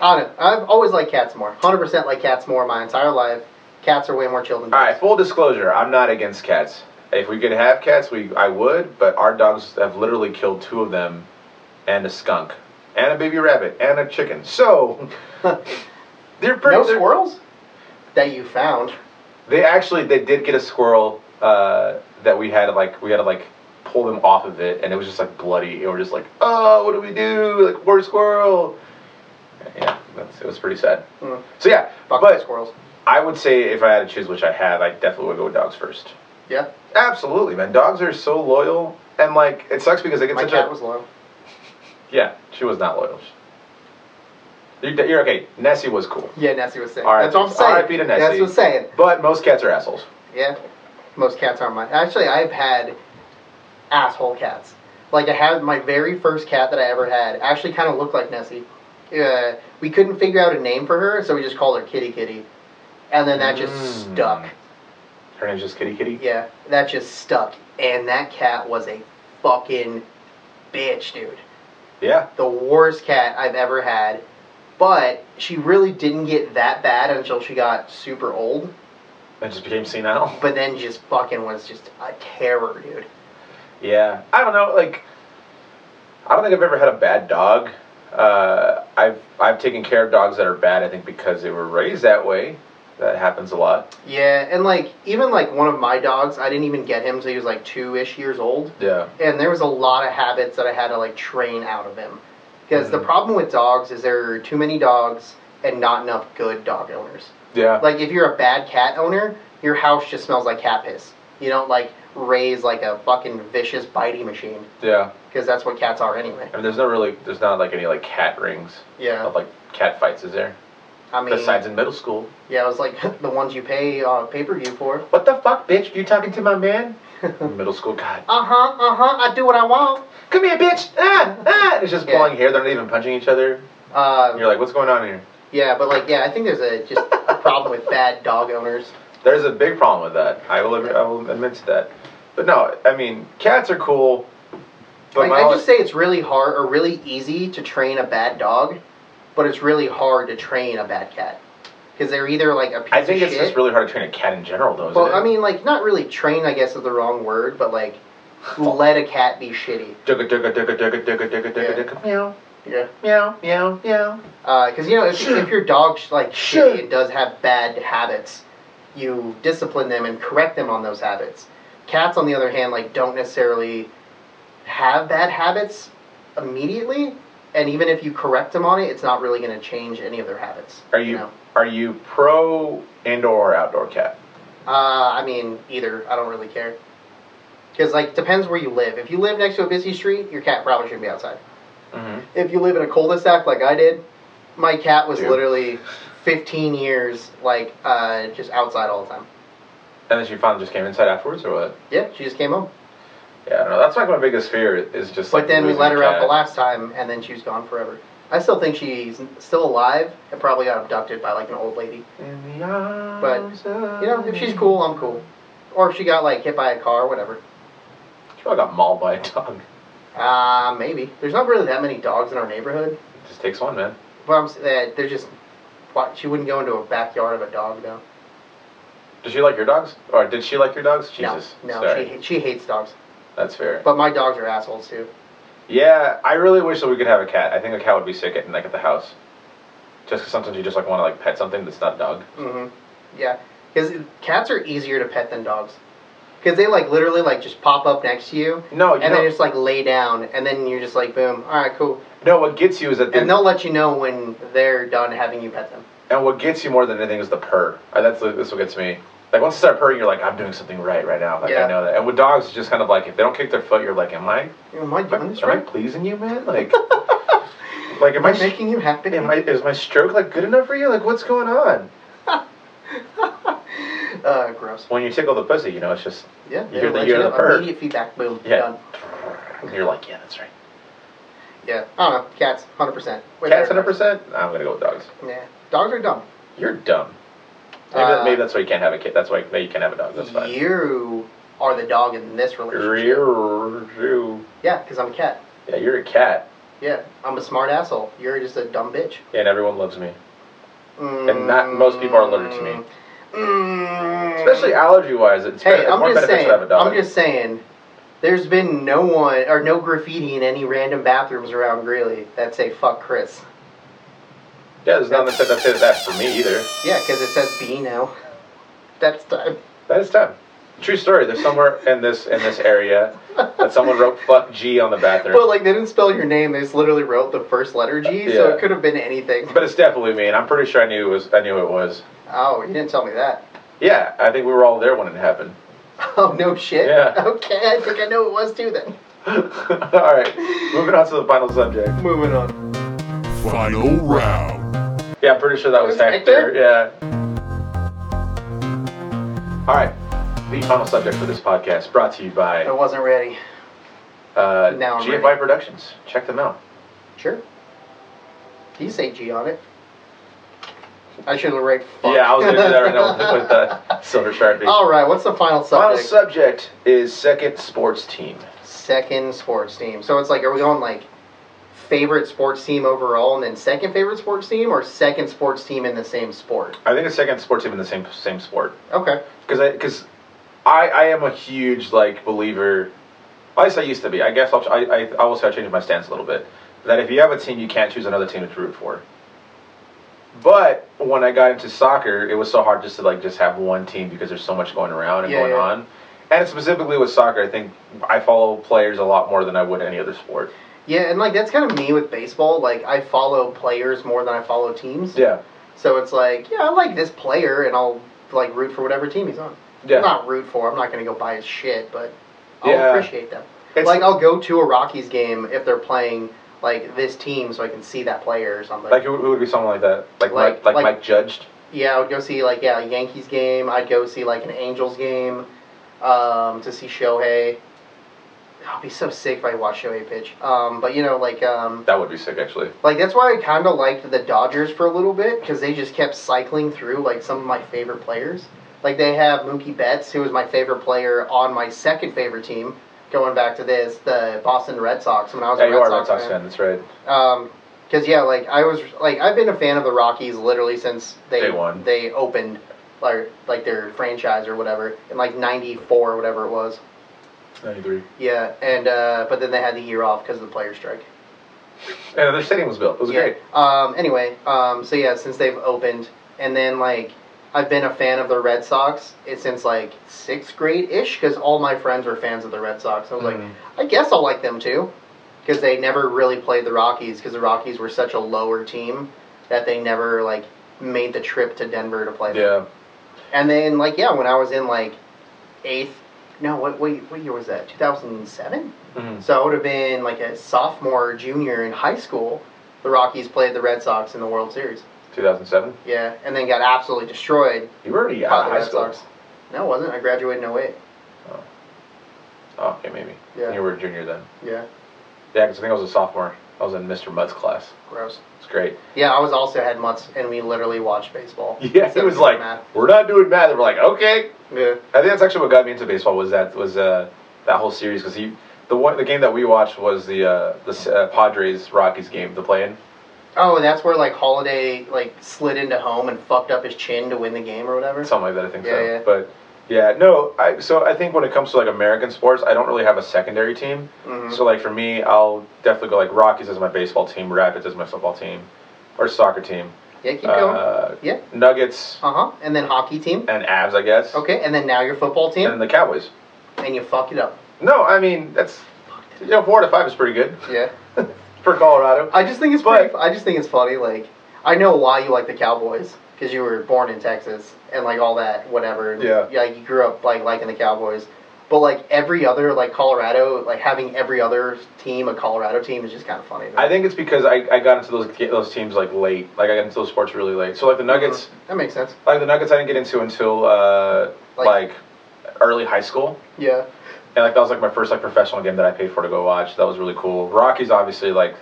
I don't know. I've always liked cats more. 100% like cats more my entire life. Cats are way more chill than All dogs. right, full disclosure, I'm not against cats. If we could have cats, we I would, but our dogs have literally killed two of them, and a skunk, and a baby rabbit, and a chicken. [laughs] So they're pretty. No they're- squirrels that you found. They actually they did get a squirrel uh, that we had to like we had to like pull them off of it, and it was just like bloody. And we're just like, oh, what do we do? Like poor squirrel. Yeah, that's, it was pretty sad. Mm. So yeah, Fuck but squirrels. I would say if I had to choose, which I have, I definitely would go with dogs first. Yeah. Absolutely, man. Dogs are so loyal, and like it sucks because they get My such cat a was loyal. yeah. She was not loyal. You're, you're okay. Nessie was cool, Yeah, Nessie was saying. All right, That's what I'm all saying. right, Peter Nessie. That's what I'm saying. but most cats are assholes. Yeah. Most cats aren't mine. Actually, I've had asshole cats. Like, I had my very first cat that I ever had actually kind of looked like Nessie. Uh, we couldn't figure out a name for her, so we just called her Kitty Kitty. And then that just Mm. stuck. Her name's just Kitty Kitty. Yeah, that just stuck. And that cat was a fucking bitch, dude. Yeah. The worst cat I've ever had. But she really didn't get that bad until she got super old. That just became senile. But then just fucking was just a terror, dude. Yeah, I don't know. Like, I don't think I've ever had a bad dog. Uh, I've I've taken care of dogs that are bad. I think because they were raised that way. That happens a lot. Yeah, and like even like one of my dogs, I didn't even get him till he was like two ish years old. Yeah. and there was a lot of habits that I had to like train out of him. Because the problem with dogs is there are too many dogs and not enough good dog owners. Yeah. Like if you're a bad cat owner, your house just smells like cat piss. You don't like raise like a fucking vicious biting machine yeah. because that's what cats are anyway. I mean, there's no really, there's not like any like cat rings Yeah, of like cat fights, is there? I mean, Oh, Besides in middle school. yeah, it was like [laughs] the ones you pay uh, pay per view for. What the fuck, bitch? You talking to my [laughs] man? middle school, God. Uh huh, uh huh. I do what I want. Come here, bitch. Ah, ah. It's just Yeah. pulling hair. They're not even punching each other. Um, And you're like, what's going on here? yeah, but like, yeah, I think there's a just [laughs] a problem with bad dog owners. There's a big problem with that. I will I will admit to that. But no, I mean cats are cool. But Like, my I only- just say it's really hard or really easy to train a bad dog, but it's really hard to train a bad cat because they're either like a piece I think of it's shit. just really hard to train a cat in general, though. Isn't well, it? I mean, like not really train, I guess is the wrong word, but like let a cat be shitty. Digga, digga, digga, digga, digga, digga, digga, Yeah. digga, meow, Yeah. meow, meow, meow. Because Uh, you know, if, if your dog's like Sure. shitty and does have bad habits, you discipline them and correct them on those habits. Cats, on the other hand, like don't necessarily have bad habits immediately, and even if you correct them on it, it's not really going to change any of their habits. Are you know? are you pro indoor or outdoor cat? Uh, I mean, either. I don't really care. Because like depends where you live. If you live next to a busy street, your cat probably shouldn't be outside. Mm-hmm. if you live in a cul-de-sac like I did, my cat was Dude. literally 15 years like uh, just outside all the time. And then she finally just came inside afterwards, or what? Yeah, she just came home. Yeah, I don't know. That's like my biggest fear is just. But like, then we losing let a her out cat. the last time, and then she was gone forever. I still think she's still alive and probably got abducted by like an old lady. In the arms But, of- You know, if Mm-hmm. she's cool, I'm cool. Or if she got like hit by a car, whatever. She probably got mauled by a dog. Uh, maybe. There's not really that many dogs in our neighborhood. It just takes one, man. But I'm, s- uh, they're just. why- She wouldn't go into a backyard of a dog though. Does she like your dogs? Or did she like your dogs? Jesus. no, no, Sorry. she she hates dogs. That's fair. But my dogs are assholes too. Yeah, I really wish that we could have a cat. I think a cat would be sick at like at the house. Just 'cause sometimes you just like want to like pet something that's not a dog. hmm Yeah, because cats are easier to pet than dogs, because they like literally like just pop up next to you, No, you and know, then just like lay down, and then you're just like boom, all right, cool, no. What gets you is that, they, and and, they'll let you know when they're done having you pet them. what gets you more than anything is the purr. Uh, That's that's what gets me. Like once you start purring, you're like, I'm doing something right right now. Like Yeah. I know that. And with dogs, it's just kind of like if they don't kick their foot, you're like, Am I? Am I doing Am this I right? pleasing you, man? Like, [laughs] like am Am I I? sh- making you happy? Am I, is my stroke like good enough for you? Like, what's going on? [laughs] Uh, gross. When you tickle the pussy, you know, it's just Yeah, You they'll hear the- let you you hear know. the purr. immediate feedback. Boom, Yeah. done. you're like, yeah, that's right. Yeah, I don't know. Cats, hundred percent. Cats, hundred percent. I'm gonna go with dogs. Yeah, dogs are dumb. You're dumb. Maybe, Uh, maybe that's why you can't have a kid. That's why maybe you can't have a dog. That's fine. You are the dog in this relationship. Rear- you- Yeah, because I'm a cat. Yeah, you're a cat. Yeah, I'm a smart asshole. You're just a dumb bitch. and everyone loves me. And not- most people are allergic to me. Mm. Especially allergy wise, it's, Hey, it's I'm more just beneficial saying. to have a dog. I'm just saying. There's been no one or no graffiti in any random bathrooms around Greeley that say "fuck Chris." yeah, there's nothing that says that for me either. Yeah, because it says B now. That's time. That is time. True story. There's somewhere in this in this area that someone wrote "fuck G" on the bathroom. But like they didn't spell your name; they just literally wrote the first letter G, so Yeah. it could have been anything. But it's definitely me, and I'm pretty sure I knew it was. I knew it was. Oh, you didn't tell me that. [laughs] Yeah, I think we were all there when it happened. [laughs] Oh no shit. Yeah. Okay, I think I know it was too then. all right, moving on to the final subject. Moving on. Final round. Yeah, I'm pretty sure that was Was it Hector. Hector? Yeah. All right, the final subject for this podcast brought to you by I wasn't ready. uh, Oh, Now I'm GFI ready. Productions. Check them out. Sure. Do you say G on it? I should have read fuck. Yeah, I was gonna do that right [laughs] now with, with uh, Silver Sharpie. All right, what's the final Final subject? subject is second sports team. second sports team. So it's like, are we going like favorite sports team overall, and then second favorite sports team, or second sports team in the same sport? I think it's second sports team in the same same sport. Okay. because I because I I am a huge like believer. At least I used to be. I guess I'll, I, I I will say I changed my stance a little bit. That if you have a team, you can't choose another team to root for. But when I got into soccer, it was so hard just to like just have one team because there's so much going around and Yeah, going yeah. on. And specifically with soccer, I think I follow players a lot more than I would any other sport. Yeah, and like that's kind of me with baseball. Like I follow players more than I follow teams. Yeah, So it's like, yeah, I like this player, and I'll like root for whatever team he's on. yeah. Not root for. I'm not gonna go buy his shit, but I'll Yeah. appreciate them. It's- like uh, I'll go to a Rockies game if they're playing like this team, so I can see that player or something. like who, who would be someone like that? Like Mike, Like- like, like- Mike Judge. Yeah, I would go see like yeah a Yankees game. I'd go see like an Angels game um, to see Shohei. I'll be so sick if I watch Shohei pitch. Um, but you know like um, That would be sick, actually. like that's why I kind of liked the Dodgers for a little bit because they just kept cycling through like some of my favorite players. Like they have Mookie Betts, who was my favorite player on my second favorite team. Going back to this, the Boston Red Sox when I was Yeah, a you Red are a Red Sox, Sox fan. fan. That's right. Um 'cause because yeah, like I was like I've been a fan of the Rockies literally since they Day one. they opened like like their franchise or whatever in like '94 or whatever it was. Ninety-three. Yeah, and uh, but then they had the year off because of the player strike. Yeah, their stadium was built. It was yeah. great. Um. Anyway. Um. So yeah, since they've opened, and then like I've been a fan of the Red Sox eh, since like sixth grade ish because all my friends were fans of the Red Sox. I was Mhm. like, I guess I'll like them too, because they never really played the Rockies because the Rockies were such a lower team that they never like made the trip to Denver to play. them. Yeah. And then like yeah, when I was in like eighth, no, what what, what year was that? Two thousand seven. Hmm. So I would have been like a sophomore, junior in high school. The Rockies played the Red Sox in the World Series. 2007. Yeah, and then got absolutely destroyed You were already by out the of high Red school. Sox. No, it wasn't. I graduated in 08. Oh, okay, maybe. Yeah. You were a junior then. Yeah, Yeah, because I think I was a sophomore. I was in Mr. Mudd's class. gross. It's great. [laughs] Yeah, I was also had mutts, and we literally watched baseball. Yeah, So it was didn't like matter. we're not doing math. And we're like, okay. yeah, I think that's actually what got me into baseball was that was uh, that whole series because he the one the game that we watched was the uh, the uh, Padres Rockies game the play-in. Oh, and that's where like Holiday like slid into home and fucked up his chin to win the game or whatever. something like that. I think so. Yeah, yeah. But yeah, no. I so I think when it comes to like American sports, I don't really have a secondary team. Mm-hmm. So like for me, I'll definitely go like Rockies as my baseball team, Rapids as my football team, or soccer team. yeah, keep going. Uh Uh, Yeah. Nuggets huh. And then hockey team. and Abs, I guess. Okay, and then now your football And team, then the Cowboys. and you fuck it up. No, I mean that's you know four to five is pretty good [laughs] Yeah. for Colorado. I just think it's But- funny. I just think it's funny. Like I know why you like the Cowboys because you were born in Texas and like all that whatever. and, Yeah. Yeah, you grew up like liking the Cowboys, but like every other like Colorado, like having every other team a Colorado team is just kind of funny. to me. I think it's because I, I got into those ga- those teams like late. Like I got into those sports really late. So like the Nuggets, that makes sense. like the Nuggets, I didn't get into until uh, Like- like early high school. Yeah. And like that was like my first like professional game that I paid for to go watch. That was really cool. Rockies obviously like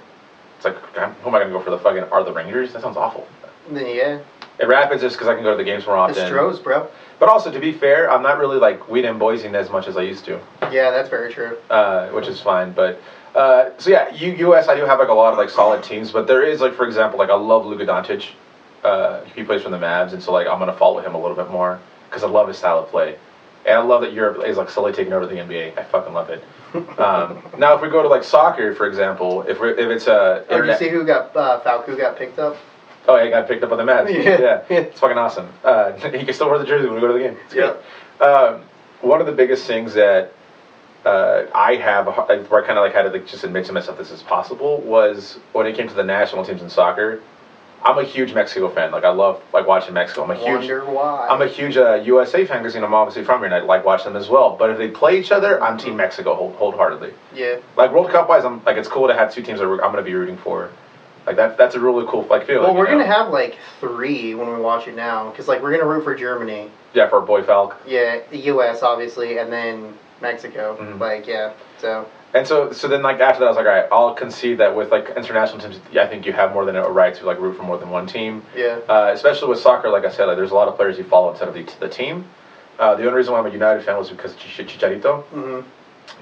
it's like I'm- who am I gonna go for the fucking are the Rangers? That sounds awful. Yeah, It Rapids just because I can go to the games more the often. Stros, bro. But also, to be fair, I'm not really like weed and Boise as much as I used to, Yeah, that's very true. uh, which is fine. But uh, so yeah, U- US I do have like a lot of like solid teams, but there is like for example like I love Luka Doncic. Uh, he plays for the Mavs, and so like I'm gonna follow him a little bit more because I love his style of play, and I love that Europe is like slowly taking over the NBA. I fucking love it. Um, now, if we go to like soccer, for example, if we're, if it's a Oh, did you see who got uh, Falco got picked up? Oh, yeah, he got picked up on the Mavs. [laughs] Yeah. Yeah. It's fucking awesome. Uh, [laughs] he can still wear the jersey when we go to the game. It's Yeah. great. Um, one of the biggest things that uh, I have, a hard- where I kind of like had to like, just admit to myself this is possible, was when it came to the national teams in soccer. I'm a huge Mexico fan. Like I love like watching Mexico. I'm a huge. Wonder why? I'm a huge uh, USA fan because you know I'm obviously from here and I like watching them as well. But if they play each other, I'm Mm-hmm. Team Mexico whole, wholeheartedly yeah, like World Cup wise, I'm like it's cool to have two teams that we're- I'm gonna be rooting for. Like that that's a really cool like feeling. Well, you we're know? gonna have like three when we watch it now, because like we're gonna root for Germany, yeah for boy Falk. yeah, the U.S. obviously, and then Mexico. Mhm. Like yeah, so And so so then like after that I was like all right I'll concede that with like international teams I think you have more than a right to like root for more than one team. yeah, Uh, especially with soccer, like I said, like, there's a lot of players you follow instead of the, the team. Uh, the only reason why I'm a United fan was because Chich- Chicharito, hmm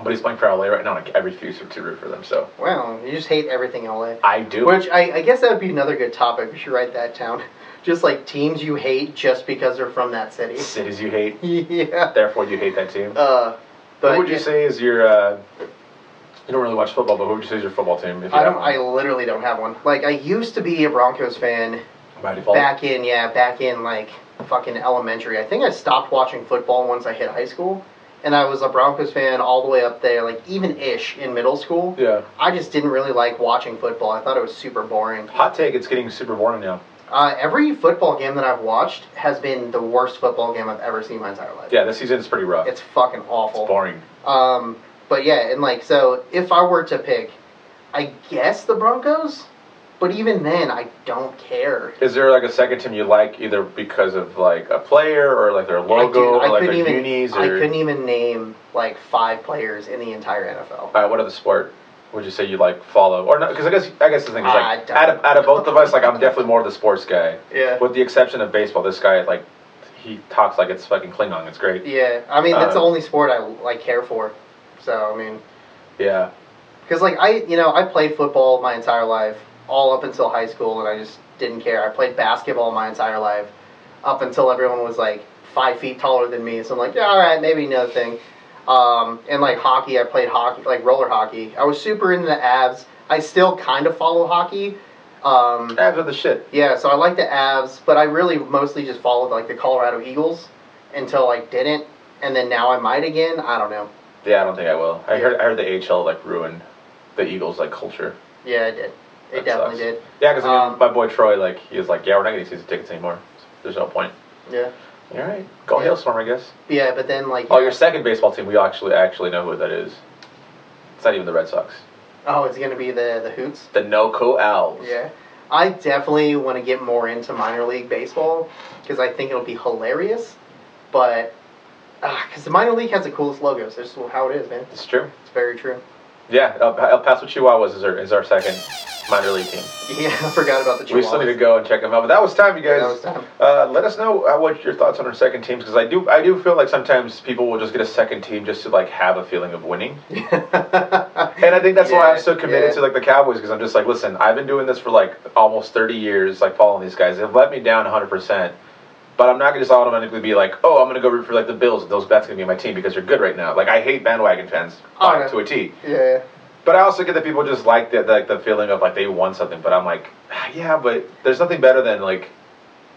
but he's playing for LA right now. and I I refuse to root for them, so wow, you just hate everything LA. I do. Which I, I guess that would be another good topic. We should write that down. [laughs] Just like teams you hate just because they're from that city. [laughs] cities you hate, yeah. therefore you hate that team. Uh, but who would you yeah, say is your? Uh, you don't really watch football, but who would you say is your football team? If you I had don't. one? I literally don't have one. Like I used to be a Broncos fan By default. back in yeah back in like fucking elementary. I think I stopped watching football once I hit high school, and I was a Broncos fan all the way up there, like even ish in middle school. Yeah. I just didn't really like watching football. I thought it was super boring. Hot take, it's getting super boring now. Uh, every football game that I've watched has been the worst football game I've ever seen my entire life. Yeah, this season's pretty rough. It's It's fucking awful. boring. Um, but yeah, and like so, if I were to pick, I guess the Broncos. But even then, I don't care. Is there like a second team you like either because of like a player or like their I, logo dude, I or like couldn't their even. unis I or couldn't even name like five players in the entire NFL. All right, what other sport would you say you like follow or not? Because I guess I guess the thing is I like don't- out of, out of both of us, like [laughs] I'm definitely more of the sports guy. Yeah. With the exception of baseball, this guy like he talks like it's fucking Klingon. It's great. Yeah, I mean that's the Uh, only sport I like care for. So I mean, Yeah. because like I, you know, I played football my entire life, all up until high school, and I just didn't care. I played basketball my entire life, up until everyone was like five feet taller than me. So I'm like, yeah, all right, maybe no thing. Um, and like hockey, I played hockey, like roller hockey. I was super into the abs. I still kind of follow hockey. Um, Abs are the shit. yeah, so I like the Avs, but I really mostly just followed like the Colorado Eagles until I didn't, and then now I might again. I don't know. Yeah, I don't think I will. I heard I heard the AHL like ruined the Eagles like culture. Yeah, I did. It That definitely sucks. did. Yeah, because I mean, Um, my boy Troy, like, he was like, yeah, we're not getting season tickets anymore. There's no point. Yeah. All right, go Yeah. Hailstorm, I guess. Yeah, but then like. Oh, your second baseball team, we actually actually know who that is. It's not even the Red Sox. Oh, it's gonna be the the Hoots. The NoCo Owls. Yeah. I definitely want to get more into minor league baseball because I think it'll be hilarious, but because the minor league has the coolest logos. That's just how it is, man. it's true. It's very true. [laughs] Yeah, El, El Paso Chihuahuas is our is our second minor league team. Yeah, I forgot about the. We still Chihuahuas. need to go and check them out. But that was time, you Yeah, guys. that was time. Uh, let us know uh, what your thoughts on our second teams because I do I do feel like sometimes people will just get a second team just to like have a feeling of winning. And I think that's why I'm so committed Yeah. to like the Cowboys because I'm just like, listen, I've been doing this for like almost 30 years, like following these guys. They've let me down 100, percent but I'm not gonna just automatically be like, oh, I'm gonna go root for like the Bills. Those that's gonna be my team because they're good right now. Like I hate bandwagon fans Oh, like, to a no. T. [laughs] Yeah. But I also get that people just like the like the feeling of like they won something. But I'm like, "Ah, yeah, but there's nothing better than like.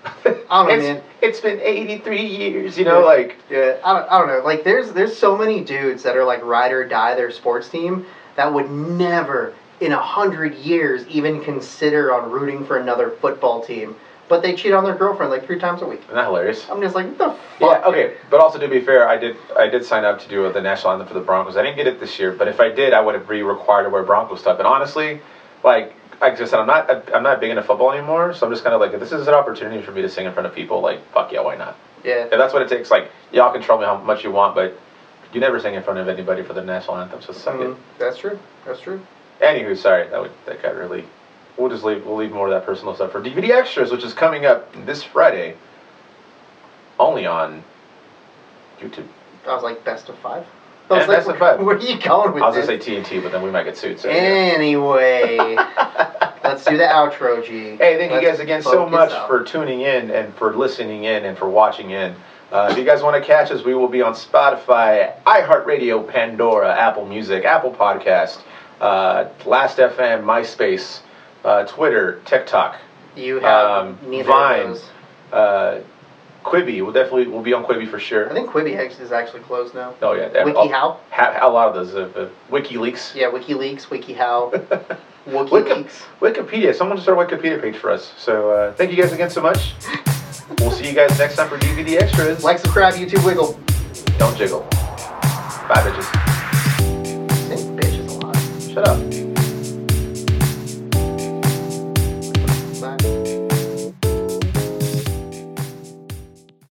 I don't know, it's, man. it's been 83 years, you know, Yeah. like Yeah, I don't, I don't know. Like, there's there's so many dudes that are like ride or die their sports team that would never in a hundred years even consider on rooting for another football team, but they cheat on their girlfriend like three times a week. isn't that hilarious? I'm just like, what the fuck? Yeah, okay. But also to be fair, I did I did sign up to do the national anthem for the Broncos. I didn't get it this year, but if I did, I would have been required to wear Broncos stuff. And honestly, like like I just said, I'm not I'm not big into football anymore, so I'm just kind of like if this is an opportunity for me to sing in front of people, like fuck yeah, why not? Yeah. If that's what it takes, like y'all can control me how much you want, but you never sing in front of anybody for the national anthem, so suck Mhm. it. That's true. That's true. Anywho, sorry that would, that got really we'll just leave we'll leave more of that personal stuff for DVD extras, which is coming up this Friday, only on YouTube. I was like, best of five. Yeah, I was like, best of five. Where are you going I with was this? gonna say TNT, but then we might get sued. So yeah. [laughs] anyway, let's do the outro, G. Hey, thank you Let's guys again so focus much up. for tuning in and for listening in and for watching in. Uh, if you guys want to catch us, we will be on Spotify, iHeartRadio, Pandora, Apple Music, Apple Podcast, uh, Last.fm, MySpace, uh, Twitter, TikTok, you have um, neither Vine. of those. uh, Quibi. We'll definitely we'll be on Quibi for sure. I think Quibi X is actually closed now. oh yeah, yeah, all- WikiHow? ha- a lot of those uh, uh, WikiLeaks. Yeah, WikiLeaks, [laughs] WikiHow, Wiki- WikiLeaks. Wikipedia. Someone start a Wikipedia page for us. So uh, thank you guys again so much. We'll see you guys next time for DVD extras. Like, subscribe, YouTube, wiggle. Don't jiggle. Bye, bitches. This bitch is a lot. Shut up.